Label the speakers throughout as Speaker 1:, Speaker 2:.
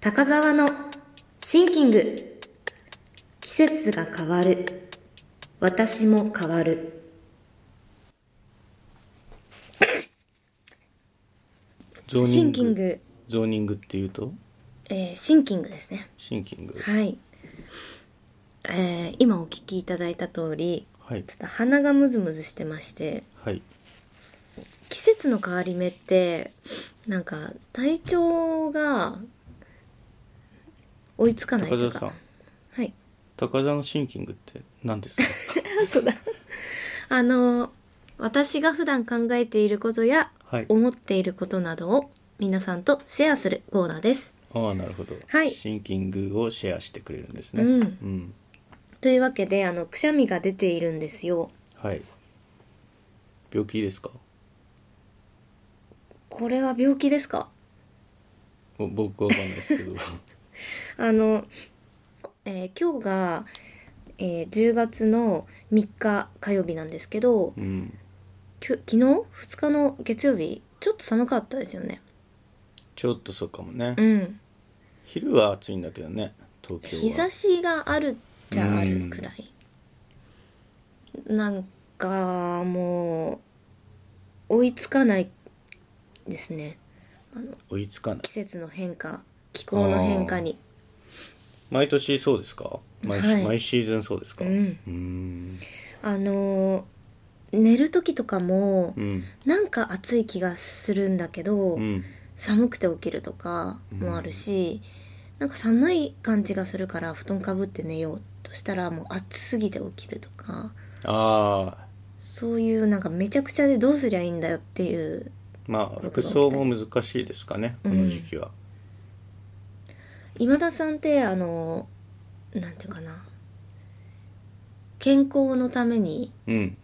Speaker 1: 高沢のシンキング季節が変わる私も変わる
Speaker 2: ゾーニング
Speaker 1: シンキング、
Speaker 2: ゾーニングっていうと
Speaker 1: えーシンキングですね
Speaker 2: シンキング
Speaker 1: はい、えー今お聞きいただいた通り
Speaker 2: はい
Speaker 1: ちょっと鼻がムズムズしてまして
Speaker 2: はい
Speaker 1: 季節の変わり目ってなんか体調が追いつかないと
Speaker 2: 高
Speaker 1: いう
Speaker 2: 田
Speaker 1: か
Speaker 2: さん
Speaker 1: はい
Speaker 2: 高田のシンキングって何 ですか
Speaker 1: そうだ。あの、私が普段考えていることや、
Speaker 2: はい
Speaker 1: 思っていることなどを皆さんとシェアするコーナーです。
Speaker 2: ああなるほど、
Speaker 1: はい
Speaker 2: シンキングをシェアしてくれるんですね
Speaker 1: うん
Speaker 2: ん
Speaker 1: というわけで、あの、くしゃみが出ているんですよ。
Speaker 2: はい病気ですか
Speaker 1: これは病気ですか
Speaker 2: ぼ僕はわかんないです けど
Speaker 1: あの、えー今日が、えー10月の3日火曜日なんですけど、
Speaker 2: うん
Speaker 1: きょ昨日 ?2 日の月曜日、ちょっと寒かったですよね。
Speaker 2: ちょっとそうかもね、
Speaker 1: うん。
Speaker 2: 昼は暑いんだけどね東京は
Speaker 1: 日差しがあるっちゃあるくらい、なんかもう追いつかないですね
Speaker 2: 追いつかない
Speaker 1: 季節の変化気候の変化に
Speaker 2: 毎年そうですか毎,、
Speaker 1: はい
Speaker 2: 毎シーズンそうですか
Speaker 1: うん
Speaker 2: うーん
Speaker 1: あのー寝る時とかも
Speaker 2: うん
Speaker 1: なんか暑い気がするんだけど、
Speaker 2: うん
Speaker 1: 寒くて起きるとかもあるし、なんか寒い感じがするから布団かぶって寝ようとしたらもう暑すぎて起きるとか
Speaker 2: ああ
Speaker 1: そういうなんかめちゃくちゃでどうすりゃいいんだよっていう
Speaker 2: まあ服装も難しいですかねこの時期は、
Speaker 1: 今田さんってあのなんていうかな健康のために
Speaker 2: うん、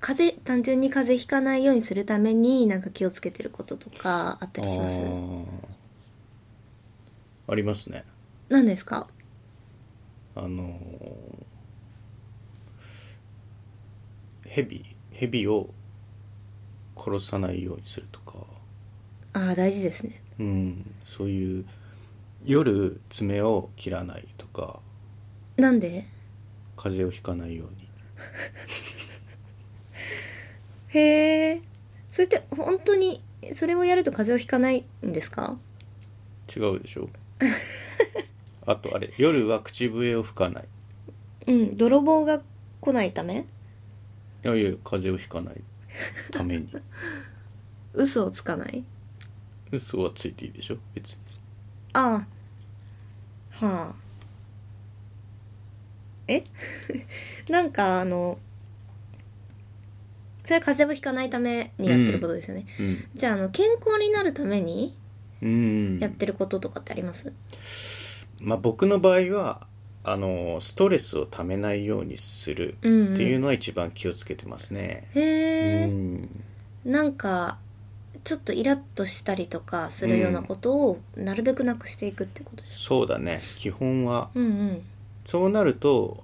Speaker 1: 風邪単純に風邪ひかないようにするためになんか気をつけてることとかあったりします
Speaker 2: あーありますね
Speaker 1: 何ですか
Speaker 2: あのー、ヘビヘビを殺さないようにするとか
Speaker 1: ああ大事ですね
Speaker 2: うんそういう夜爪を切らないとか
Speaker 1: なんで
Speaker 2: 風邪をひかないように
Speaker 1: へえそれって本当にそれをやると風邪をひかないんですか
Speaker 2: 違うで しょあとあれ夜は口笛を吹かない
Speaker 1: うん泥棒が来ないため
Speaker 2: いやいや風邪をひかないために
Speaker 1: 嘘をつかない
Speaker 2: 嘘はついていいでしょ別に
Speaker 1: ああはあえ なんかあのそれは風邪をひかないためにやってることですよね、
Speaker 2: うん
Speaker 1: じゃああの健康になるために
Speaker 2: うん
Speaker 1: やってることとかってあります、
Speaker 2: まあ僕の場合はあのストレスをためないようにする
Speaker 1: うんうん
Speaker 2: っていうのは一番気をつけてますね
Speaker 1: へ
Speaker 2: う
Speaker 1: え、
Speaker 2: ん
Speaker 1: なんかちょっとイラッとしたりとかするようなことをなるべくなくしていくってことです、
Speaker 2: そうだね基本は
Speaker 1: うん、うん
Speaker 2: そうなると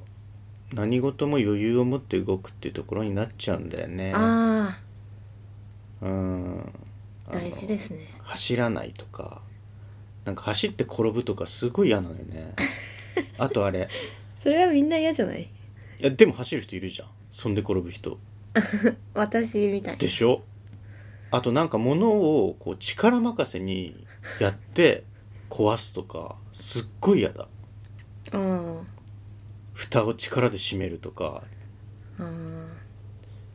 Speaker 2: 何事も余裕を持って動くっていうところになっちゃうんだよね
Speaker 1: あ
Speaker 2: うん
Speaker 1: あ
Speaker 2: あの
Speaker 1: 大事ですね
Speaker 2: 走らないとかなんか走って転ぶとかすごい嫌なのよ ねあとあれ
Speaker 1: それはみんな嫌じゃない
Speaker 2: いやでも走る人いるじゃんそんで転ぶ人
Speaker 1: 私みたい
Speaker 2: でしょあとなんか物をこう力任せにやって壊すとかすっごい嫌だ
Speaker 1: ああ
Speaker 2: 蓋を力で閉めるとか
Speaker 1: ああ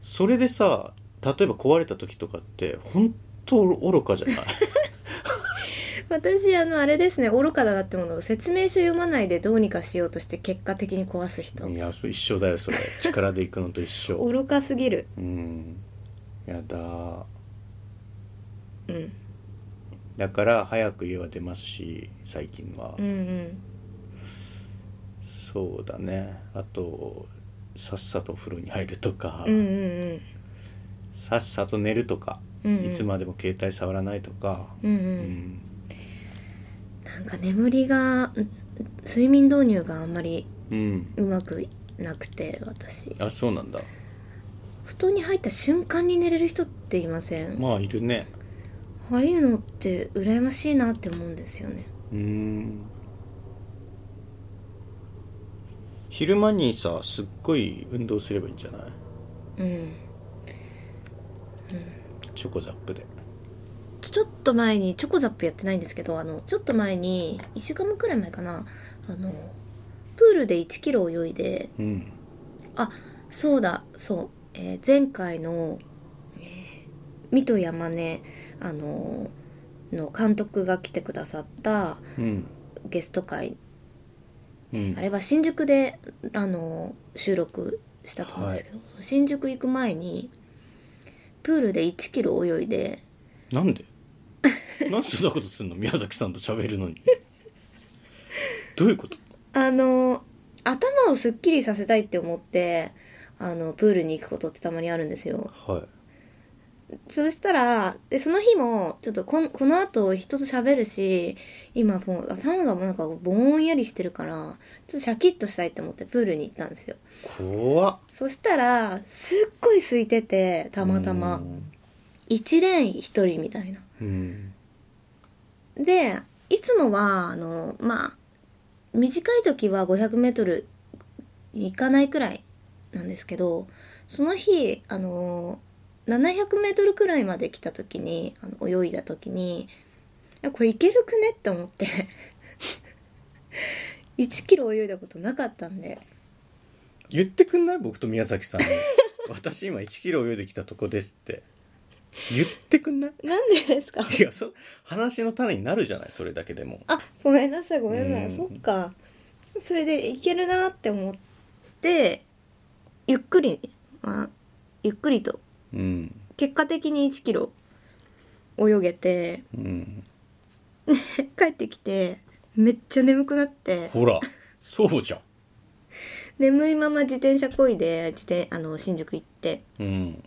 Speaker 2: それでさ例えば壊れた時とかって本当愚かじゃない
Speaker 1: 私あのあれですね愚かだなってものを説明書読まないでどうにかしようとして結果的に壊す人
Speaker 2: いやそれ一緒だよそれ力で行くのと一 緒
Speaker 1: 愚かすぎる
Speaker 2: うんやだ
Speaker 1: うん
Speaker 2: だから早く家は出ますし最近は、
Speaker 1: うんうん
Speaker 2: そうだねあとさっさとお風呂に入るとか、
Speaker 1: うんうん
Speaker 2: さっさと寝るとか、
Speaker 1: うんうん
Speaker 2: いつまでも携帯触らないとか、
Speaker 1: うんうんう
Speaker 2: うんん
Speaker 1: なんか眠りがん睡眠導入があんまり
Speaker 2: うん
Speaker 1: うまくなくて私
Speaker 2: あそうなんだ
Speaker 1: 布団に入った瞬間に寝れる人っていません
Speaker 2: まあいるね
Speaker 1: ああいうのって羨ましいなって思うんですよね
Speaker 2: うーん昼間にさすっごい運動すればいいんじゃない
Speaker 1: うん
Speaker 2: チョコザップで
Speaker 1: ちょっと前にチョコザップやってないんですけどあのちょっと前に1週間もくらい前かなあのプールで1キロ泳いで
Speaker 2: うん
Speaker 1: あそうだそう、えー前回の、えー水戸山根あのの監督が来てくださった
Speaker 2: うん
Speaker 1: ゲスト会
Speaker 2: うん
Speaker 1: あれは新宿であの収録したと思うんですけど、新宿行く前にプールで1キロ泳いで
Speaker 2: なんで なんでそんなことすんの宮崎さんと喋るの にどういうこと
Speaker 1: あの頭をすっきりさせたいって思ってあのプールに行くことってたまにあるんですよ
Speaker 2: はい
Speaker 1: そしたらでその日もちょっとこんこの後人と喋るし今もう頭がもうなんかぼんやりしてるからちょっとシャキッとしたいって思ってプールに行ったんですよ
Speaker 2: 怖っ
Speaker 1: そしたらすっごい空いててたまたま1レーン1人みたいな
Speaker 2: うん
Speaker 1: でいつもはあのまあ短い時は 500m 行かないくらいなんですけどその日あの 700m くらいまで来た時にあの泳いだ時にいやこれいけるくねって思って 1キロ泳いだことなかったんで
Speaker 2: 言ってくんない僕と宮 崎さんに私今1キロ泳いできたとこですって言ってくんない
Speaker 1: なんでですか
Speaker 2: いやそ話の種になるじゃないそれだけでも
Speaker 1: あごめんなさいごめんなさい
Speaker 2: うん
Speaker 1: そっかそれでいけるなって思ってゆっくり、まあ、ゆっくりと
Speaker 2: うん
Speaker 1: 結果的に1キロ泳げて
Speaker 2: うん
Speaker 1: 帰ってきてめっちゃ眠くなって
Speaker 2: ほらそうじゃ
Speaker 1: 眠いまま自転車こいで自転あの新宿行って、
Speaker 2: んうん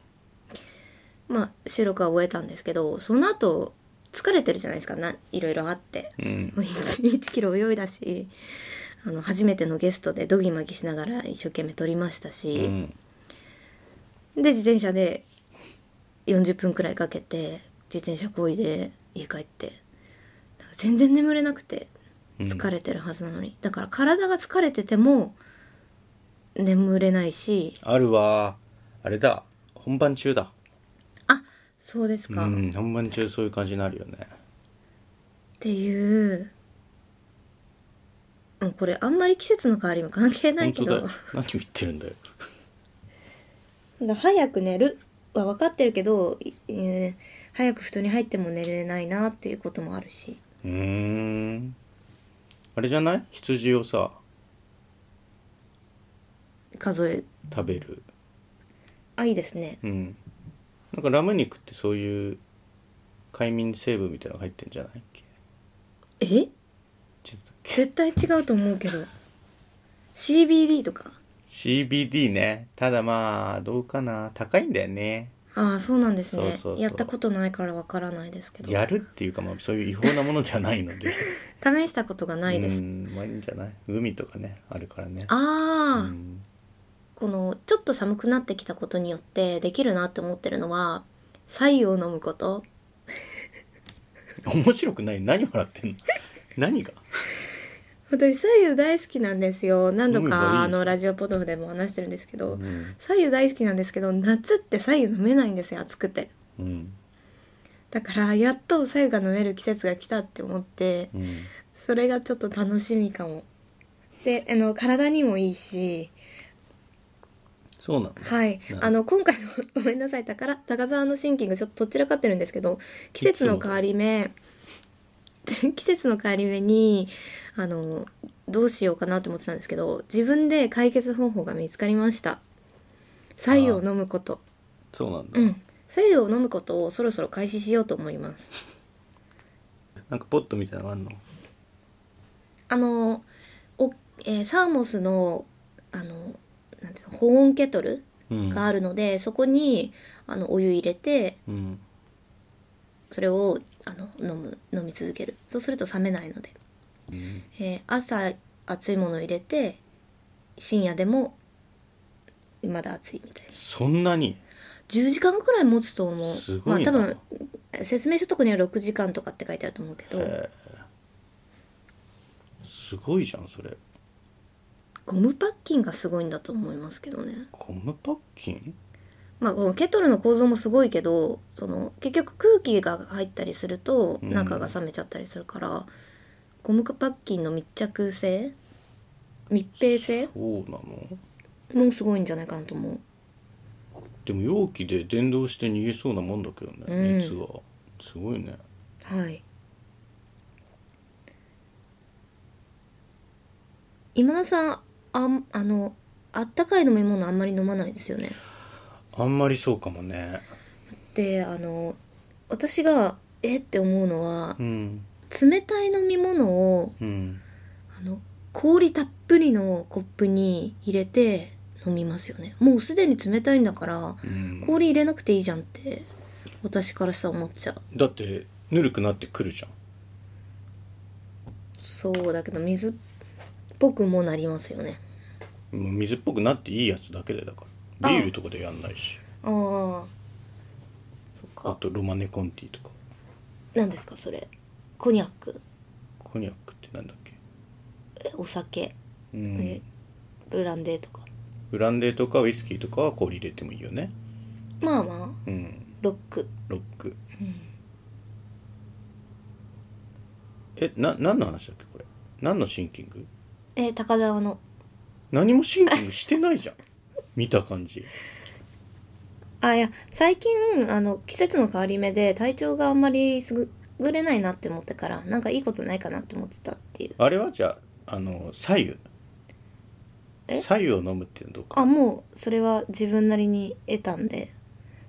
Speaker 1: まあ、収録は終えたんですけどその後疲れてるじゃないですかないろいろあって
Speaker 2: うん
Speaker 1: もう 1, 1キロ泳いだしあの初めてのゲストでドギマギしながら一生懸命撮りました
Speaker 2: う
Speaker 1: し、
Speaker 2: ん
Speaker 1: で自転車で40分くらいかけて自転車こいで家帰ってなんか全然眠れなくて。疲れてるはずなのに、だから体が疲れてても眠れないし
Speaker 2: あるわあれだ本番中だ
Speaker 1: あそうです
Speaker 2: う
Speaker 1: か、っ
Speaker 2: ん本番中そういう感じになるよね
Speaker 1: ていうもうこれあんまり季節の変わりも関係ないけ
Speaker 2: 本当だ
Speaker 1: ど
Speaker 2: よ何を言ってるんだよ
Speaker 1: だ早く寝るは分かってるけど、いえー早く布団に入っても寝れないなっていうこともあるし
Speaker 2: うーんあれじゃない羊をさ
Speaker 1: 数え
Speaker 2: 食べる
Speaker 1: あいいですね
Speaker 2: うんなんかラム肉ってそういう快眠成分みたいなのが入ってんじゃないっけ
Speaker 1: え
Speaker 2: ちょっと
Speaker 1: 絶対違うと思うけど CBD とか
Speaker 2: CBD ねただまあどうかな高いんだよね
Speaker 1: ああそうなんですね
Speaker 2: そうそうそう
Speaker 1: やったことないから分からないですけど
Speaker 2: やるっていうかまあそういう違法なものではないので
Speaker 1: 試したことがないです。
Speaker 2: うんまあいいんじゃない海とかねあるからねう
Speaker 1: ああ、
Speaker 2: ん
Speaker 1: このちょっと寒くなってきたことによってできるなって思ってるのは白湯を飲むこと
Speaker 2: 面白くない何笑ってんの何が
Speaker 1: 私白湯大好きなんですよ何度
Speaker 2: 飲めばいいじゃん
Speaker 1: かあのラジオポトフでも話してるんですけ
Speaker 2: う
Speaker 1: ど
Speaker 2: ん、
Speaker 1: 白湯大好きなんですけど夏って白湯飲めないんですよ暑くて
Speaker 2: うん
Speaker 1: だからやっと白湯が飲める季節が来たって思って
Speaker 2: うん、
Speaker 1: それがちょっと楽しみかもであの体にもいいし
Speaker 2: そうなの
Speaker 1: はい
Speaker 2: なるほ、ど
Speaker 1: あの今回の ごめんなさい高高沢のシンキングちょっとどちらかってるんですけど季節の変わり目 季節の変わり目にあのどうしようかなと思ってたんですけど自分で解決方法が見つかりました白湯を飲むこと
Speaker 2: そうなんだ、
Speaker 1: うん白湯を飲むことをそろそろ開始しようと思います
Speaker 2: なんかポットみたいなのあんの
Speaker 1: あのお、えーサーモスのあのなんていうの保温ケトル
Speaker 2: うん
Speaker 1: があるので、そこにあのお湯入れて
Speaker 2: うん
Speaker 1: それをあの飲む飲み続けるそうすると冷めないので、
Speaker 2: うん
Speaker 1: えー朝熱いものを入れて深夜でもまだ熱いみたいな
Speaker 2: そんなに
Speaker 1: 10時間くらい持つと思う
Speaker 2: すごい
Speaker 1: ま
Speaker 2: な
Speaker 1: あ多分説明書とかには6時間とかって書いてあると思うけど
Speaker 2: へすごいじゃんそれ
Speaker 1: ゴムパッキンがすごいんだと思いますけどね
Speaker 2: ゴムパッキン
Speaker 1: まあこのケトルの構造もすごいけどその結局空気が入ったりすると
Speaker 2: うん
Speaker 1: 中が冷めちゃったりするから、ゴムパッキンの密着性密閉性
Speaker 2: そうなの
Speaker 1: もすごいんじゃないかなと思う
Speaker 2: でも容器で電動して逃げそうなもんだけどね、
Speaker 1: うん
Speaker 2: 熱はすごいね
Speaker 1: はい今田さんあんあのあったかい飲み物あんまり飲まないですよね
Speaker 2: あんまりそうかもね
Speaker 1: であの私がえって思うのは
Speaker 2: うん
Speaker 1: 冷たい飲み物を
Speaker 2: うん
Speaker 1: あの氷たっぷりのコップに入れて飲みますよねもうすでに冷たいんだから
Speaker 2: うん
Speaker 1: 氷入れなくていいじゃんって私からしたら思っちゃう
Speaker 2: だってぬるくなってくるじゃん
Speaker 1: そうだけど水っぽくもなりますよね
Speaker 2: もう水っぽくなっていいやつだけでだから
Speaker 1: あ
Speaker 2: ビールとかでやんないし
Speaker 1: ああそっ
Speaker 2: あ
Speaker 1: か
Speaker 2: とロマネコンティとか
Speaker 1: 何ですかそれコニャック
Speaker 2: コニャックってなんだっけ
Speaker 1: えお酒
Speaker 2: う
Speaker 1: え
Speaker 2: ん
Speaker 1: ブランデーとか
Speaker 2: ブランデーとかウイスキーとかは氷入れてもいいよね
Speaker 1: まあまあ
Speaker 2: うん
Speaker 1: ロック、
Speaker 2: ロック
Speaker 1: うん
Speaker 2: えな何の話だっけこれ何のシンキング
Speaker 1: えー高沢の
Speaker 2: 何もシンキングしてな いじゃん見た感じ
Speaker 1: あいや最近あの季節の変わり目で体調があんまりすぐ優れないなって思ったからなんかいいことないかなって思ってたっていう
Speaker 2: あれはじゃああの左
Speaker 1: え
Speaker 2: 右左右を飲むっていうのどうか
Speaker 1: あもうそれは自分なりに得たんで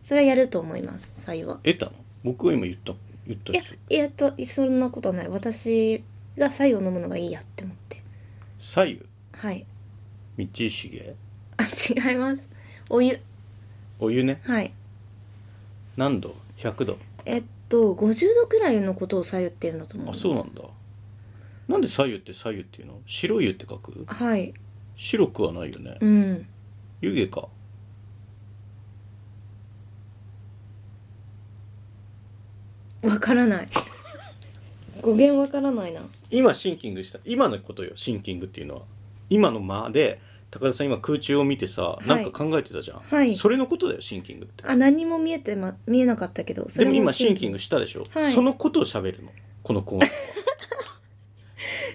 Speaker 1: それはやると思います採用は
Speaker 2: 得たの僕は今言った言った
Speaker 1: いや
Speaker 2: やつ
Speaker 1: いやとそんなことはない私が採用飲むのがいいやって思って
Speaker 2: 左
Speaker 1: はい
Speaker 2: 右道重
Speaker 1: あ違いますお湯
Speaker 2: お湯ね
Speaker 1: はい
Speaker 2: 何度100度
Speaker 1: えっと50度くらいのことを左右って言うんだと思う
Speaker 2: あそうなんだなんで左右って左右っていうの白湯って書く
Speaker 1: はい
Speaker 2: 白くはないよね
Speaker 1: うん
Speaker 2: 湯気か
Speaker 1: わからない語源わからないな
Speaker 2: 今シンキングした今のことよシンキングっていうのは今の間で高田さん今空中を見てさ、
Speaker 1: い
Speaker 2: なんか考えてたじゃん、
Speaker 1: はい
Speaker 2: それのことだよシンキングって
Speaker 1: あ何も見えて、ま、見えなかったけどそ
Speaker 2: で
Speaker 1: れ
Speaker 2: も今シン
Speaker 1: グ
Speaker 2: キングしたでしょ、
Speaker 1: はい
Speaker 2: そのことを喋るのこのコーナー
Speaker 1: い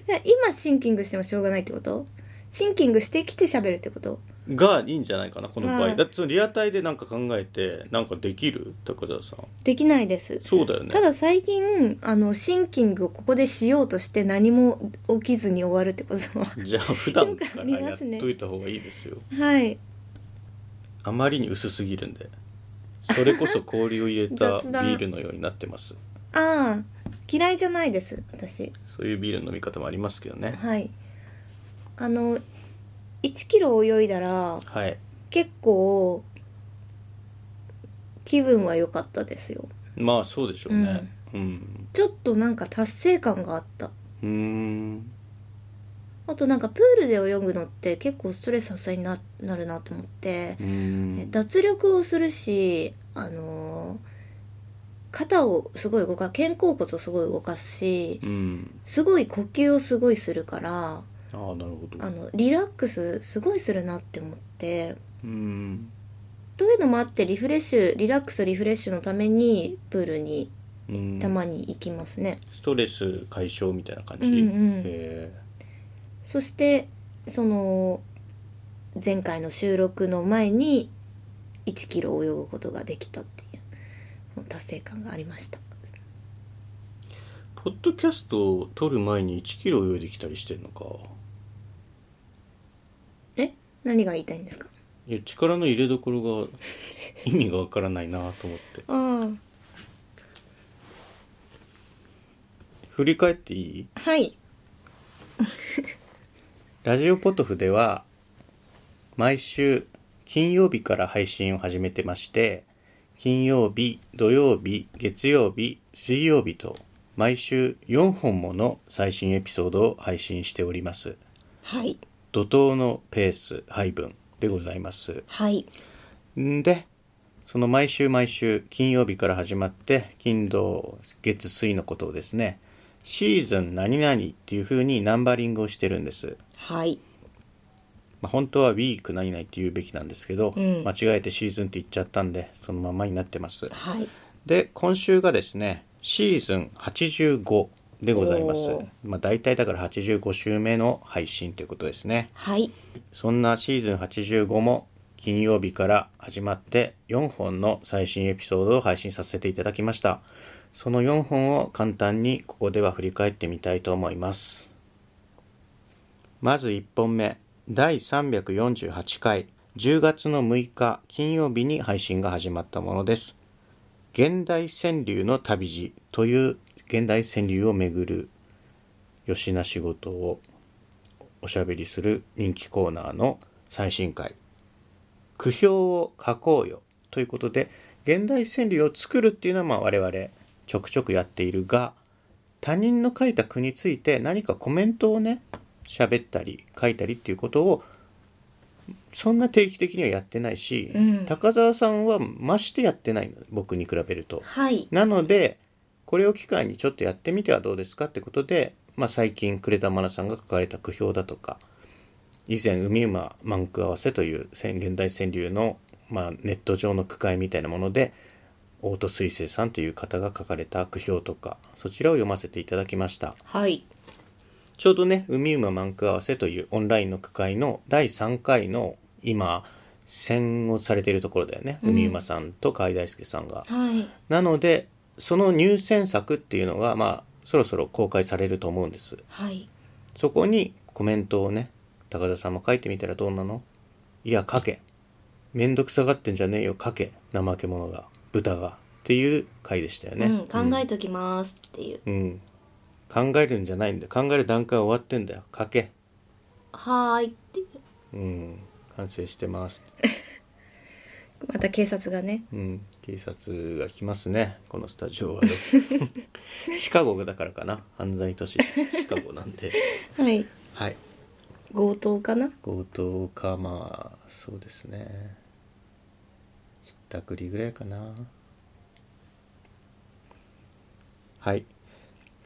Speaker 1: や今シンキングしてもしょうがないってことシンキングしてきて喋るってこと
Speaker 2: がいいんじゃないかなこの場合、
Speaker 1: はい
Speaker 2: だってそのリアタイでなんか考えてなんかできる高田さん
Speaker 1: できないです
Speaker 2: そうだよね
Speaker 1: ただ最近あのシンキングをここでしようとして何も起きずに終わるってことは
Speaker 2: じゃあ普段か
Speaker 1: よくあ
Speaker 2: ら
Speaker 1: り
Speaker 2: や
Speaker 1: ま
Speaker 2: っ
Speaker 1: すね
Speaker 2: といた方がいいですよ
Speaker 1: はい
Speaker 2: あまりに薄すぎるんでそれこそ氷を入れたビ
Speaker 1: 雑談
Speaker 2: ールのようになってます
Speaker 1: ああ嫌いじゃないです私
Speaker 2: そういうビールの飲み方もありますけどね
Speaker 1: はいあの1キロ泳いだら
Speaker 2: はい
Speaker 1: 結構気分は良かったですよ
Speaker 2: まあそうでしょうねうん
Speaker 1: ちょっとなんか達成感があった
Speaker 2: うーん
Speaker 1: あとなんかプールで泳ぐのって結構ストレス発散にななるなと思って
Speaker 2: う、
Speaker 1: え
Speaker 2: ん
Speaker 1: 脱力をするし、あのー肩をすごい動か肩甲骨をすごい動かすし
Speaker 2: うん
Speaker 1: すごい呼吸をすごいするから
Speaker 2: ああなるほど
Speaker 1: あのリラックスすごいするなって思って
Speaker 2: うん
Speaker 1: というのもあってリフレッシュリラックスリフレッシュのためにプールに
Speaker 2: うん
Speaker 1: たまに行きますね、
Speaker 2: ストレス解消みたいな感じ、
Speaker 1: うんうん
Speaker 2: へえ
Speaker 1: そしてその前回の収録の前に1キロ泳ぐことができたっていう達成感がありました
Speaker 2: ポッドキャストを撮る前に1キロ泳いできたりしてんのか
Speaker 1: え何が言いたいんですか
Speaker 2: いや力の入れどころが意味がわからないなと思って
Speaker 1: あ
Speaker 2: 振り返っていい
Speaker 1: あはい
Speaker 2: ラジオポトフでは毎週金曜日から配信を始めてまして金曜日土曜日月曜日水曜日と毎週4本もの最新エピソードを配信しております
Speaker 1: はい
Speaker 2: 怒涛のペース配分でございます
Speaker 1: はい
Speaker 2: んでその毎週毎週金曜日から始まって金土月水のことをですねシーズン何々っていう風にナンバリングをしてるんです。
Speaker 1: はい。
Speaker 2: まあ、本当はウィーク何々って言うべきなんですけど、
Speaker 1: うん
Speaker 2: 間違えてシーズンって言っちゃったんで、そのままになってます。
Speaker 1: はい。
Speaker 2: で、今週がですね、シーズン85でございます
Speaker 1: おー。
Speaker 2: まあ、大体だから85週目の配信ということですね。
Speaker 1: はい。
Speaker 2: そんなシーズン85も金曜日から始まって4本の最新エピソードを配信させていただきました。その4本を簡単にここでは振り返ってみたいと思います。まず1本目、第348回、10月の6日金曜日に配信が始まったものです。現代川柳の旅路という現代川柳をめぐる吉な仕事をおしゃべりする人気コーナーの最新回「句評を書こうよ」ということで現代川柳を作るっていうのはまあ我々ちょくちょくやっているが他人の書いた句について何かコメントをね喋ったり書いたりっていうことをそんな定期的にはやってないし、
Speaker 1: うん
Speaker 2: 高澤さんはましてやってないの僕に比べると。
Speaker 1: はい。
Speaker 2: なのでこれを機会にちょっとやってみてはどうですかってことで、まあ、最近呉田愛菜さんが書かれた句評だとか以前「海馬満句合わせ」という宣現代川柳の、まあ、ネット上の句会みたいなもので大戸水星さんという方が書かれた句評とかそちらを読ませていただきました
Speaker 1: はい。
Speaker 2: ちょうどね「海馬満句合わせ」というオンラインの句会の第3回の今戦をされているところだよね、
Speaker 1: うん
Speaker 2: 海馬さんと海大輔さんが
Speaker 1: はい。
Speaker 2: なのでその入選作っていうのがまあそろそろ公開されると思うんです
Speaker 1: はい。
Speaker 2: そこにコメントをね高田さんも書いてみたらどうなのいや書けめんどくさがってんじゃねえよ書け怠け者が豚がっていう回でしたよね、
Speaker 1: うん、考えときますっていう。
Speaker 2: うん考えるんじゃないんだよ考える段階は終わってんだよ書け
Speaker 1: はーいっていう。
Speaker 2: うん完成してます
Speaker 1: また警察がね。
Speaker 2: うん警察が来ますねこのスタジオはシカゴだからかな犯罪都市シカゴなんで
Speaker 1: はい。
Speaker 2: はい
Speaker 1: 強盗かな
Speaker 2: 強盗かまあそうですねひったくりぐらいかなはい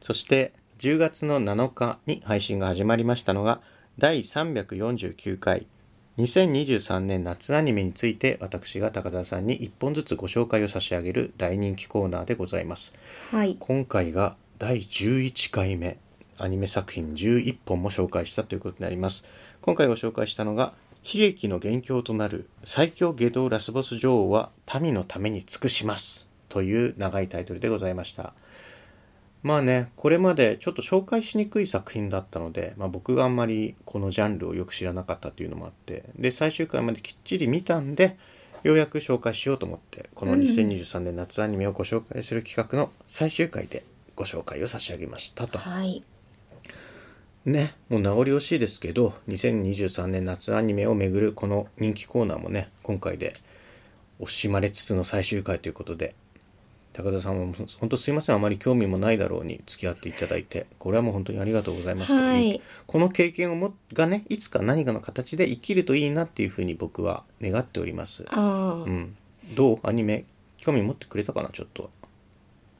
Speaker 2: そして10月の7日に配信が始まりましたのが第349回2023年夏アニメについて私が高澤さんに1本ずつご紹介を差し上げる大人気コーナーでございます
Speaker 1: はい。
Speaker 2: 今回が第11回目アニメ作品11本も紹介したということになります今回ご紹介したのが悲劇の元凶となる最強下道ラスボス女王は民のために尽くしますという長いタイトルでございましたまあねこれまでちょっと紹介しにくい作品だったので、まあ、僕があんまりこのジャンルをよく知らなかったというのもあってで最終回まできっちり見たんでようやく紹介しようと思ってこの
Speaker 1: うん
Speaker 2: 2023年夏アニメをご紹介する企画の最終回でご紹介を差し上げましたと。
Speaker 1: はい。
Speaker 2: ね、もう名残惜しいですけど2023年夏アニメをめぐるこの人気コーナーもね今回で惜しまれつつの最終回ということで高田さんも本当すいませんあまり興味もないだろうに付き合っていただいてこれはもう本当にありがとうございますという、
Speaker 1: はい
Speaker 2: この経験をもがねいつか何かの形で生きるといいなっていうふうに僕は願っております、
Speaker 1: ああ、
Speaker 2: うん、どうアニメ興味持ってくれたかなちょっとは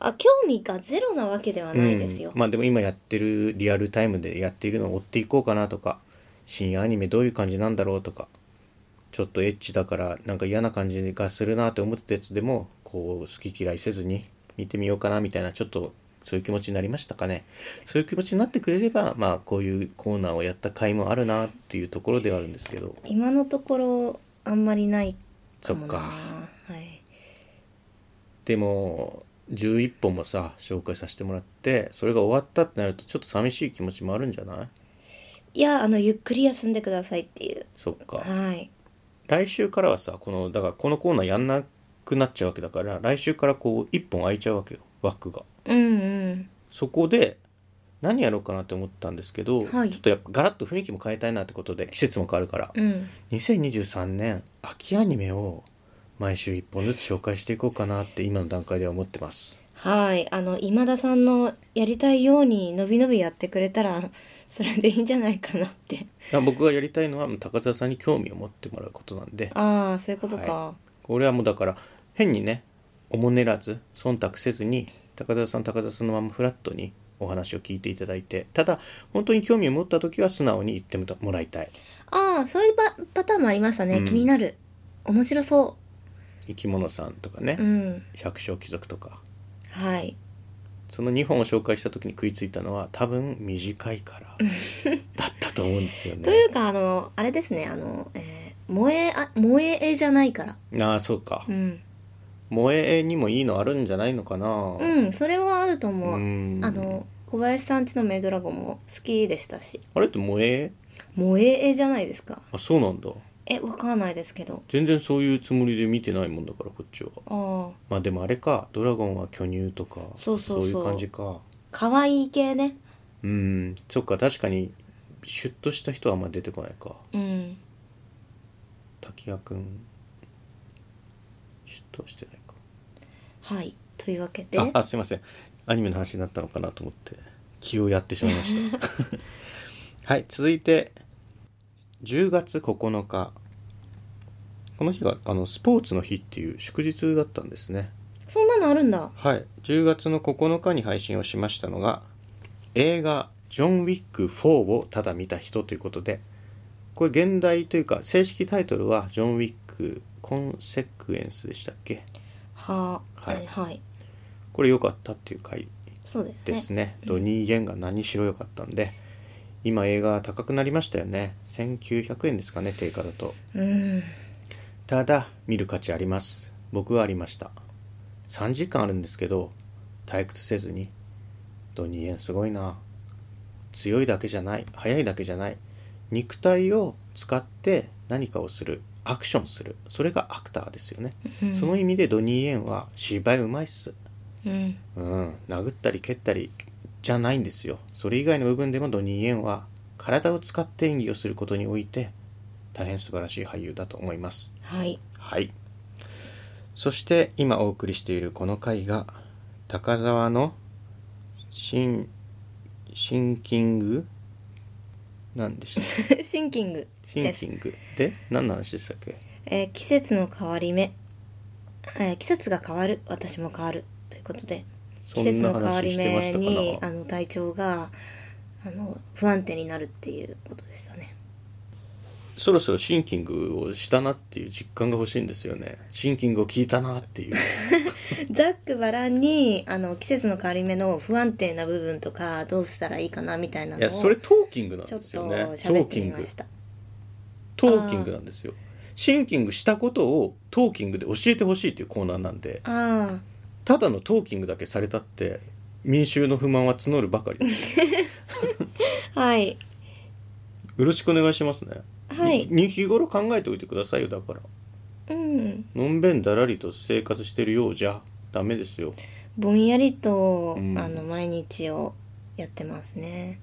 Speaker 1: あ、興味がゼロなわけではないですよ。
Speaker 2: うんまあでも今やってるリアルタイムでやっているのを追っていこうかなとか深夜アニメどういう感じなんだろうとかちょっとエッチだからなんか嫌な感じがするなって思ってたやつでもこう好き嫌いせずに見てみようかなみたいなちょっとそういう気持ちになりましたかねそういう気持ちになってくれればまあこういうコーナーをやった甲斐もあるなっていうところではあるんですけど
Speaker 1: 今のところ、あんまりないかもな。
Speaker 2: そっか
Speaker 1: はい。
Speaker 2: でも11本もさ紹介させてもらってそれが終わったってなるとちょっと寂しい気持ちもあるんじゃない
Speaker 1: いや、あの、ゆっくり休んでくださいっていう。
Speaker 2: そっか、
Speaker 1: はい。
Speaker 2: 来週からはさこのだからこのコーナーやんなくなっちゃうわけだから来週からこう1本空いちゃうわけよ枠が
Speaker 1: うんうん。
Speaker 2: そこで何やろうかなって思ったんですけど、
Speaker 1: はい
Speaker 2: ちょっとやっぱガラッと雰囲気も変えたいなってことで季節も変わるから
Speaker 1: うん。
Speaker 2: 2023年秋アニメを毎週1本ずつ紹介していこうかなって今の段階では思ってます
Speaker 1: はい。あの、今田さんのやりたいように、のびのびやってくれたら、 それでいいんじゃないかなって。
Speaker 2: だから僕がやりたいのは高澤さんに興味を持ってもらうことなんで
Speaker 1: ああ、そういうことか。
Speaker 2: はこれはもうだから変にねおもねらず忖度せずに高田さん高田さんのままフラットにお話を聞いていただいて、ただ、本当に興味を持った時は素直に言ってもらいたい。
Speaker 1: ああそういうパパターンもありましたね、
Speaker 2: うん
Speaker 1: 気になる面白そ
Speaker 2: 生き物さんとかね、
Speaker 1: ううん
Speaker 2: 百姓貴族とか。
Speaker 1: はい
Speaker 2: その2本を紹介した時に食いついたのは多分短いからだったと思うんですよ
Speaker 1: とい
Speaker 2: ね。
Speaker 1: うかあのあれですねあの、えー萌えあ萌え絵じゃないから
Speaker 2: ああそうか
Speaker 1: う。ん、
Speaker 2: 萌えにもいいのあるんじゃないのかな。
Speaker 1: うん、それはあると思う、
Speaker 2: うん
Speaker 1: あの小林さんちのメイドラゴンも好きでしたし
Speaker 2: あれって萌え
Speaker 1: 萌え絵じゃないですか
Speaker 2: あそうなんだ。
Speaker 1: えわかんないですけど
Speaker 2: 全然そういうつもりで見てないもんだからこっちは。
Speaker 1: ああ
Speaker 2: まあでもあれかドラゴンは巨乳とか
Speaker 1: そうそうそう
Speaker 2: いう感じか。
Speaker 1: 可愛い系ね
Speaker 2: うんそっか確かにシュッとした人はあんま出てこないか。
Speaker 1: うん
Speaker 2: 滝谷くんシュッとしてないか。
Speaker 1: はいというわけで
Speaker 2: ああすいませんアニメの話になったのかなと思って気をやってしまい ましたはい続いて10月9日この日があのスポーツの日っていう祝日だったんですね
Speaker 1: そんなのあるんだ
Speaker 2: はい10月の9日に配信をしましたのが映画「ジョン・ウィック4」をただ見た人ということでこれ現代というか正式タイトルは「ジョン・ウィック・コンセクエンス」でしたっけ
Speaker 1: はあ
Speaker 2: はい
Speaker 1: えーはい、
Speaker 2: これ良かったっていう回
Speaker 1: そうですね
Speaker 2: ですねドニー・イエンが何しろ良かったんで今映画高くなりましたよね1900円ですかね定価だと
Speaker 1: うん
Speaker 2: ただ見る価値あります僕はありました3時間あるんですけど退屈せずにドニー・イエンすごいな強いだけじゃない速いだけじゃない肉体を使って何かをするアクションするそれがアクターですよね、
Speaker 1: うん
Speaker 2: その意味でドニー・イエンは芝居うまいっす
Speaker 1: うん
Speaker 2: うん、殴ったり蹴ったりじゃないんですよ。それ以外の部分でもドニー・イエンは体を使って演技をすることにおいて大変素晴らしい俳優だと思います。
Speaker 1: はい
Speaker 2: はい。そして今お送りしているこの回が高沢のシン、シンキング何でしたっけ
Speaker 1: シンキング
Speaker 2: シ ン
Speaker 1: です
Speaker 2: キ、ングで何の話でしたっけ
Speaker 1: えー季節の変わり目、えー季節が変わる私も変わるということで
Speaker 2: そ
Speaker 1: 季節
Speaker 2: んな
Speaker 1: の変わ
Speaker 2: 話
Speaker 1: り
Speaker 2: してまし
Speaker 1: 目
Speaker 2: たか
Speaker 1: に
Speaker 2: な
Speaker 1: あの体調があの不安定になるっていうことでしたね
Speaker 2: そろそろシンキングをしたなっていう実感が欲しいんですよね。シンキングを聞いたな っていう。
Speaker 1: ざっくばらんにあの季節の変わり目の不安定な部分とかどうしたらいいかなみたいないのを
Speaker 2: や、
Speaker 1: ち
Speaker 2: そ
Speaker 1: ょ
Speaker 2: れ
Speaker 1: っ
Speaker 2: トーキングなん
Speaker 1: と
Speaker 2: ですよね。ト
Speaker 1: 喋っ
Speaker 2: ーキ
Speaker 1: てみ
Speaker 2: ン
Speaker 1: ま
Speaker 2: グ
Speaker 1: し。た
Speaker 2: トーキングなんですよ。シンキングしたことをトーキングで教えてほしいっていうコーナーなんで、
Speaker 1: ああ
Speaker 2: ただのトーキングだけされたって、民衆の不満は募るばかりですよ。
Speaker 1: はい
Speaker 2: よろしくお願いしますね。
Speaker 1: はい
Speaker 2: に日頃考えておいてくださいよ、だから。
Speaker 1: うん
Speaker 2: のんべんだらりと生活してるようじゃ、ダメですよ。
Speaker 1: ぼんやりと、
Speaker 2: うん
Speaker 1: あの毎日をやってますね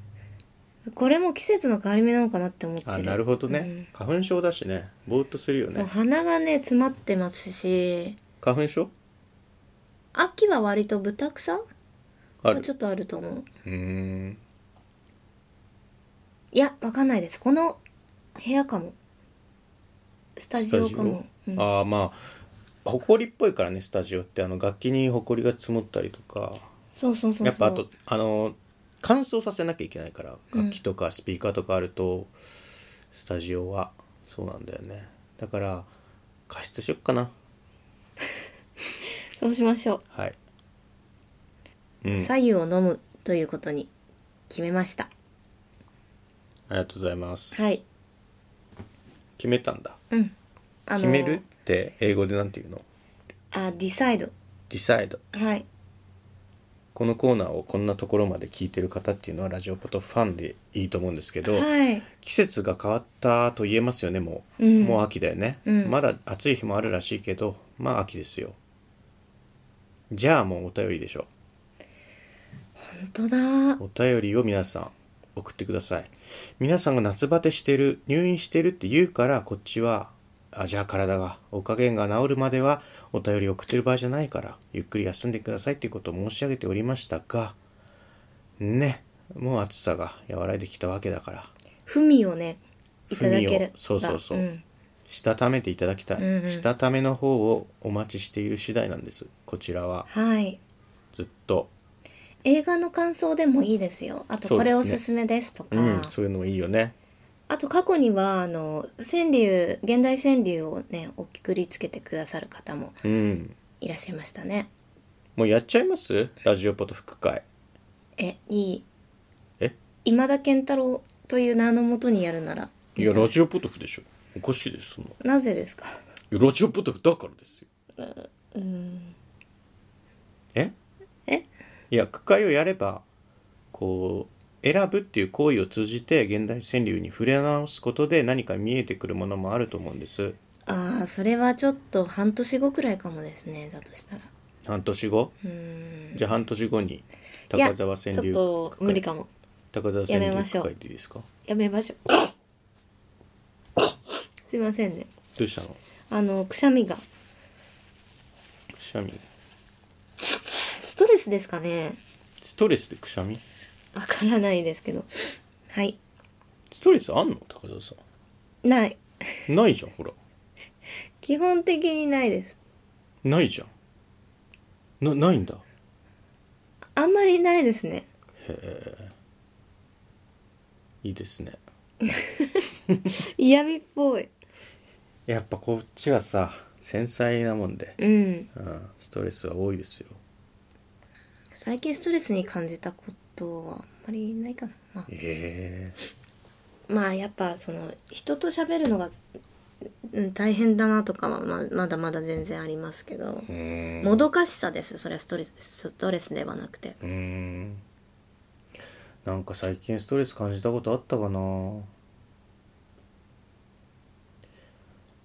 Speaker 1: これも季節の変わり目なのかなって思ってる
Speaker 2: あ、なるほどね。
Speaker 1: うん
Speaker 2: 花粉症だしね、ぼーっとするよ
Speaker 1: そう
Speaker 2: ね。
Speaker 1: 鼻がね詰まってますし
Speaker 2: 花粉症
Speaker 1: 秋は割と豚草
Speaker 2: あ
Speaker 1: ま
Speaker 2: る。
Speaker 1: ちょっとあると思う
Speaker 2: うーん。
Speaker 1: いやわかんないですこの部屋かもスタジオかもうん
Speaker 2: ああまあ埃っぽいからねスタジオってあの楽器に埃が積もったりとか
Speaker 1: そうそうそうそう
Speaker 2: やっぱあとあの乾燥させなきゃいけないから
Speaker 1: うん
Speaker 2: 楽器とかスピーカーとかあると、スタジオはそうなんだよねだから加湿しよっかな
Speaker 1: そうしましょ
Speaker 2: はい、う
Speaker 1: う、
Speaker 2: ん、あ
Speaker 1: 左右を飲むということに決めました
Speaker 2: りがとうございます
Speaker 1: はい
Speaker 2: 決めたんだ、
Speaker 1: うんあ
Speaker 2: 決めるって英語でなんて言うの
Speaker 1: あディサイド
Speaker 2: ディサイド
Speaker 1: はい
Speaker 2: このコーナーをこんなところまで聞いてる方っていうのはラジオポトファンでいいと思うんですけど、
Speaker 1: はい
Speaker 2: 季節が変わったと言えますよねもう、
Speaker 1: うん
Speaker 2: もう秋だよね、
Speaker 1: うん
Speaker 2: まだ暑い日もあるらしいけどまあ秋ですよじゃあもうお便りでしょ
Speaker 1: 本当だ
Speaker 2: お便りを皆さん送ってください皆さんが夏バテしてる入院してるって言うからこっちはあじゃあ体がお加減が治るまではお便り送ってる場合じゃないからゆっくり休んでくださいということを申し上げておりましたがねもう暑さが和らいできたわけだから
Speaker 1: 文をねいただけ
Speaker 2: 文
Speaker 1: る
Speaker 2: をそうそうそうんしたためていただきたい、
Speaker 1: うんうん
Speaker 2: したための方をお待ちしている次第なんですこちらは
Speaker 1: はい
Speaker 2: ずっと
Speaker 1: 映画の感想でもいいですよあと
Speaker 2: そう
Speaker 1: こ
Speaker 2: で
Speaker 1: れ
Speaker 2: すね
Speaker 1: おすすめですとか
Speaker 2: うん、そういうのもいいよね。
Speaker 1: あと過去にはあの川柳現代川柳をね送りつけてくださる方も
Speaker 2: うん。
Speaker 1: いらっしゃいましたね
Speaker 2: もうやっちゃいますラジオポト副会。
Speaker 1: えいい
Speaker 2: え
Speaker 1: 今田健太郎という名のもとにやるなら
Speaker 2: いや、ラジオポトフでしょ。おかしいです、そんな。
Speaker 1: なぜですか
Speaker 2: いやラジオポトフだからですよ。
Speaker 1: うん
Speaker 2: え
Speaker 1: え
Speaker 2: いや、区会をやれば、こう、選ぶっていう行為を通じて現代川柳に触れ直すことで何か見えてくるものもあると思うんです。
Speaker 1: ああそれはちょっと半年後くらいかもですねだとしたら
Speaker 2: 半年後
Speaker 1: うーん
Speaker 2: じゃあ半年後に
Speaker 1: いや
Speaker 2: 高沢川柳
Speaker 1: ちょっと無理か
Speaker 2: も
Speaker 1: も
Speaker 2: 高沢
Speaker 1: やめま
Speaker 2: 川柳
Speaker 1: しょう
Speaker 2: 区会でいいですか
Speaker 1: やめましょう すいませんね
Speaker 2: どうしたの
Speaker 1: あのくしゃみが
Speaker 2: くしゃみ
Speaker 1: ストレスですかね
Speaker 2: ストレスでくしゃみ
Speaker 1: わからないですけどはい
Speaker 2: ストレスあんの高田さ
Speaker 1: ない
Speaker 2: んないじゃんほら
Speaker 1: 基本的にないです
Speaker 2: ないじゃんなないんだ
Speaker 1: あんまりないですね
Speaker 2: いいですね
Speaker 1: 嫌味っぽい
Speaker 2: やっぱこっちはさ繊細なもんで、
Speaker 1: うん
Speaker 2: うん、ストレスは多いですよ
Speaker 1: 最近ストレスに感じたことはあんまりないかな、まあ、
Speaker 2: ええ
Speaker 1: まあやっぱその人と喋るのがうん大変だなとかはままだまだ全然ありますけど、
Speaker 2: ー、
Speaker 1: もどかしさですそれはストレスストレスではなくて
Speaker 2: うーんなんか最近ストレス感じたことあったかな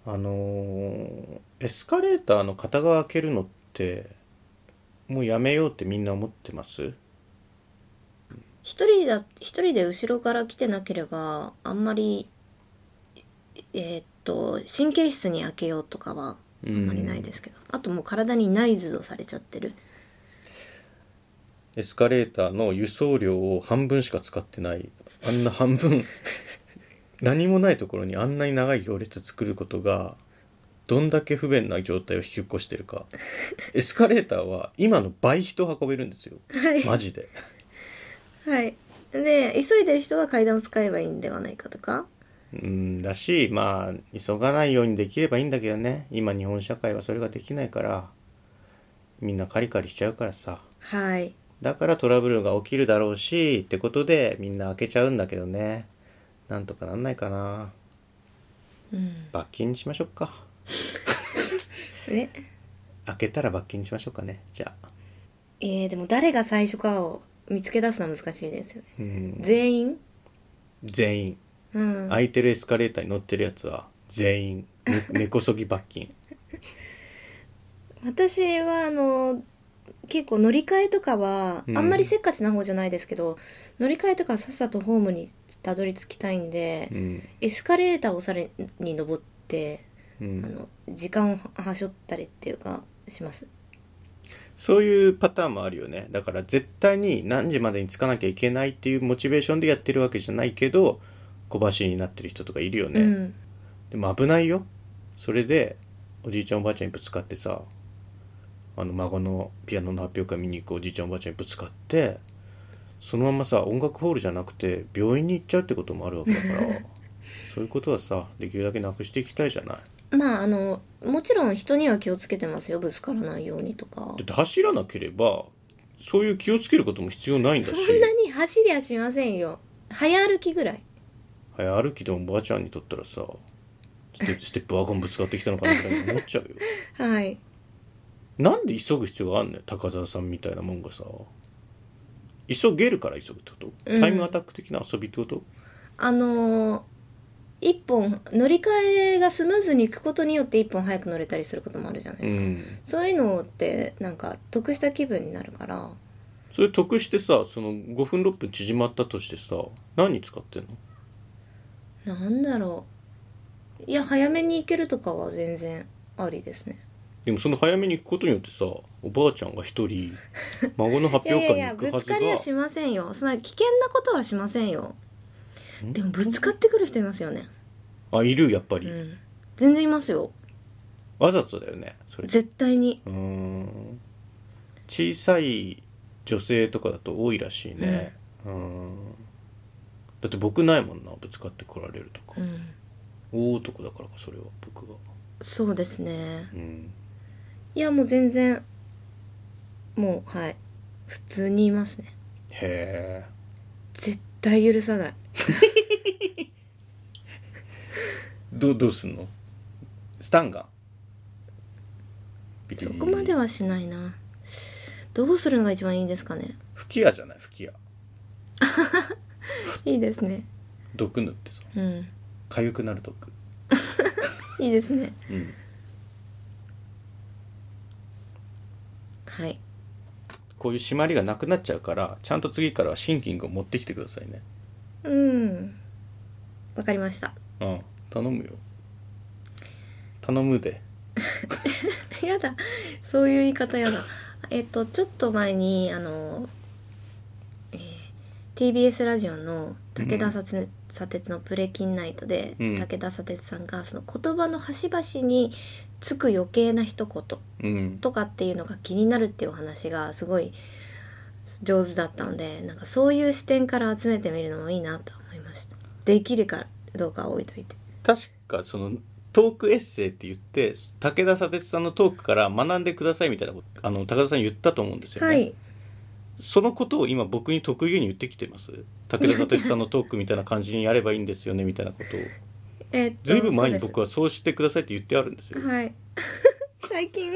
Speaker 2: あのーエスカレーターの片側開けるのってもうやめようってみんな思ってます
Speaker 1: 一人だ一人で後ろから来てなければあんまりえーっと神経質に開けようとかはあんまりないですけど、あともう体に内ズドされちゃってる
Speaker 2: エスカレーターの輸送量を半分しか使ってないあんな半分何もないところにあんなに長い行列作ることがどんだけ不便な状態を引き起こしてるかエスカレーターは今の倍人運べるんですよ
Speaker 1: はい
Speaker 2: マジで
Speaker 1: はいで急いでる人は階段を使えばいいんではないかとか
Speaker 2: うんだしまあ急がないようにできればいいんだけどね今日本社会はそれができないからみんなカリカリしちゃうからさ
Speaker 1: はい
Speaker 2: だからトラブルが起きるだろうしってことでみんな開けちゃうんだけどねなんとかなんないかな
Speaker 1: うん
Speaker 2: 罰金にしましょうか
Speaker 1: ね
Speaker 2: 開けたら罰金にしましょうかねじゃあ
Speaker 1: えー、でも誰が最初かを見つけ出すのは難しいですよね
Speaker 2: うん
Speaker 1: 全員
Speaker 2: 全員
Speaker 1: うん
Speaker 2: 空いてるエスカレーターに乗ってるやつは全員 ね根こそぎ罰金
Speaker 1: 私はあの結構乗り換えとかは、
Speaker 2: うん
Speaker 1: あんまりせっかちな方じゃないですけど乗り換えとかはさっさとホームにたどり着きたいんで、
Speaker 2: うん
Speaker 1: エスカレーターをさらに登って、
Speaker 2: う
Speaker 1: あ
Speaker 2: ん
Speaker 1: の時間をはしょったりっていうかします
Speaker 2: そういうパターンもあるよねだから絶対に何時までに着かなきゃいけないっていうモチベーションでやってるわけじゃないけど小走りになってる人とかいるよね、
Speaker 1: うん
Speaker 2: でも危ないよそれでおじいちゃんおばあちゃんにぶつかってさあの孫のピアノの発表会見に行くおじいちゃんおばあちゃんにぶつかってそのままさ音楽ホールじゃなくて病院に行っちゃうってこともあるわけだから そういうことはさできるだけなくしていきたいじゃない
Speaker 1: まああのもちろん人には気をつけてますよぶつからないようにとか
Speaker 2: だって走らなければそういう気をつけることも必要ないんだし
Speaker 1: そんなに走りはしませんよ早歩きぐらい
Speaker 2: 早歩きでもおばあちゃんにとったらさステステップワゴンぶつかってきたのかなって思っちゃうよ
Speaker 1: はい
Speaker 2: なんで急ぐ必要があんのよ高澤さんみたいなもんがさ急げるから急ぐってこと、
Speaker 1: うん
Speaker 2: タイムアタック的な遊びってこと
Speaker 1: あのー一本乗り換えがスムーズにいくことによって一本早く乗れたりすることもあるじゃないで
Speaker 2: う
Speaker 1: すか、
Speaker 2: ん
Speaker 1: そういうのってなんか得した気分になるから
Speaker 2: それ得してさその5分6分縮まったとしてさ何に使ってんの
Speaker 1: なんだろういや早めに行けるとかは全然ありですね
Speaker 2: でもその早めに行くことによってさおばあちゃんが 一人孫の発
Speaker 1: いやいやい
Speaker 2: 表会に
Speaker 1: や
Speaker 2: 行く
Speaker 1: ぶ
Speaker 2: は
Speaker 1: つ
Speaker 2: ずが
Speaker 1: かりはしませんよそんな危険なことはしませんよ
Speaker 2: ん
Speaker 1: でもぶつかってくる人いますよね
Speaker 2: あいるやっぱ
Speaker 1: う
Speaker 2: り、
Speaker 1: ん全然いますよ
Speaker 2: わざとだよねそれ
Speaker 1: 絶対に
Speaker 2: うーん小さい女性とかだと多いらしいねうんだって僕ないもんなぶつかってこられるとか、
Speaker 1: うん、
Speaker 2: 大男だからかそれは僕が
Speaker 1: そうですね
Speaker 2: うん
Speaker 1: いやもう全然もうはい普通にいますね
Speaker 2: へえ
Speaker 1: 絶対許さない
Speaker 2: どどうすんのスタンガンビリ
Speaker 1: そ
Speaker 2: ビリ
Speaker 1: こまではしないなどうするのが一番いいんですかね
Speaker 2: 吹き矢じゃない吹き矢
Speaker 1: いいですね
Speaker 2: 毒塗ってさ
Speaker 1: うん
Speaker 2: 痒くなる毒
Speaker 1: いいですね
Speaker 2: うん
Speaker 1: はい
Speaker 2: こういう締まりがなくなっちゃうからちゃんと次からはシンキングを持ってきてくださいね
Speaker 1: うんわかりました
Speaker 2: うん頼むよ頼むで
Speaker 1: やだそういう言い方やだえっとちょっと前にあの、えー TBS ラジオの武田砂鉄,、砂鉄の「ブレキンナイトで」
Speaker 2: うん
Speaker 1: 武田砂鉄さんがその言葉の端々につく余計な一言
Speaker 2: うん
Speaker 1: とかっていうのが気になるっていうお話がすごい上手だったのでなんかそういう視点から集めてみるのもいいなと思いましたできるかどうかは置いといて
Speaker 2: 確かそのトークエッセイって言って武田砂鉄さんのトークから学んでくださいみたいなことあの高田さん言ったと思うんですよね、
Speaker 1: はい
Speaker 2: そのことを今僕に得意げに言ってきてます武田砂鉄さんのトークみたいな感じにやればいいんですよねみたいな ことを
Speaker 1: えっと
Speaker 2: ずいぶん前に
Speaker 1: そうです
Speaker 2: 僕はそうしてくださいって言ってあるんですよ
Speaker 1: はい。 最近、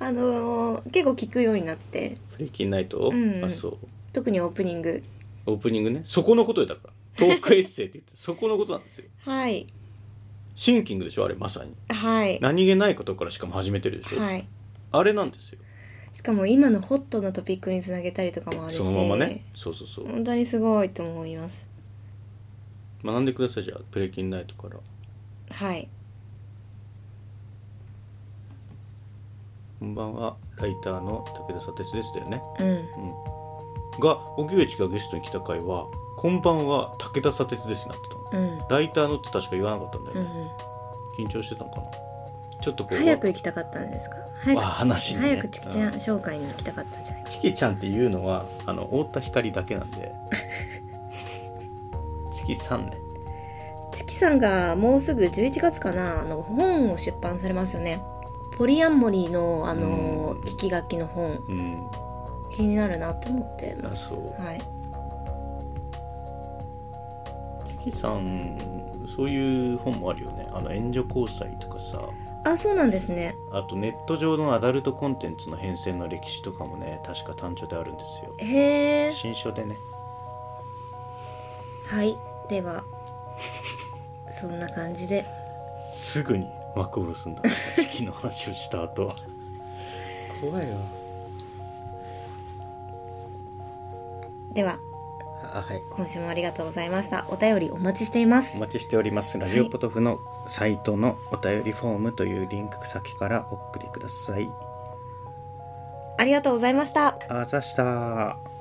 Speaker 1: あのー結構聞くようになって、
Speaker 2: ブレイキンナイトを、
Speaker 1: うん
Speaker 2: あそう
Speaker 1: 特にオープニング。
Speaker 2: オープニングねそこのことよだからトークエッセイって言ってそこのことなんですよ
Speaker 1: はい。
Speaker 2: シンキングでしょあれまさに
Speaker 1: はい。
Speaker 2: 何気ないことからしかも始めてるでしょ、
Speaker 1: はい。
Speaker 2: あれなんですよ
Speaker 1: しかも今のホットのトピックにつなげたりとかもあるし。
Speaker 2: そのままねそうそうそう、
Speaker 1: 本当にすごいと思います。
Speaker 2: 学んでくださいじゃあブレイキンナイトから
Speaker 1: はい。
Speaker 2: こんばんは、ライターの武田砂鉄ですだよね。
Speaker 1: うん。
Speaker 2: が、荻上チキがゲストに来た回は、こんばんは、武田砂鉄ですになってたの。
Speaker 1: うん。
Speaker 2: ライターのって確か言わなかったんだよ
Speaker 1: う
Speaker 2: ね。
Speaker 1: ん。
Speaker 2: 緊張してたのかな。ちょっとこう、
Speaker 1: 早く行きたかったんですか早
Speaker 2: あ
Speaker 1: く、
Speaker 2: 話に、ね。
Speaker 1: 早くチキちゃん
Speaker 2: う
Speaker 1: 紹介に行きたかったんじゃない
Speaker 2: チキちゃんっていうのは、あの、太田光だけなん で。チキさんね。
Speaker 1: チキさんがもうすぐ11月かなあの本を出版されますよね。ポリアンモリーの、あのー
Speaker 2: うん
Speaker 1: 聞き書きの本。
Speaker 2: うん。
Speaker 1: 気になるなと思ってます。
Speaker 2: あそう
Speaker 1: はい。
Speaker 2: チキさん、そういう本もあるよね。あの、援助交際とかさ。
Speaker 1: あ、そうなんですね。
Speaker 2: あとネット上のアダルトコンテンツの変遷の歴史とかもね確か単調であるんですよ
Speaker 1: へえ。
Speaker 2: 新書でね
Speaker 1: はい。では、 そんな感じで。
Speaker 2: すぐに幕を下ろすんだチキの話をした後は怖いよ
Speaker 1: では、
Speaker 2: あはい
Speaker 1: 今週もありがとうございました。お便りお待ちしていま
Speaker 2: お
Speaker 1: す。
Speaker 2: 待ちしておりますラジオポトフのサイトのお便りフォームというリンク先からお送りください
Speaker 1: ありがとうございました。
Speaker 2: あざしたー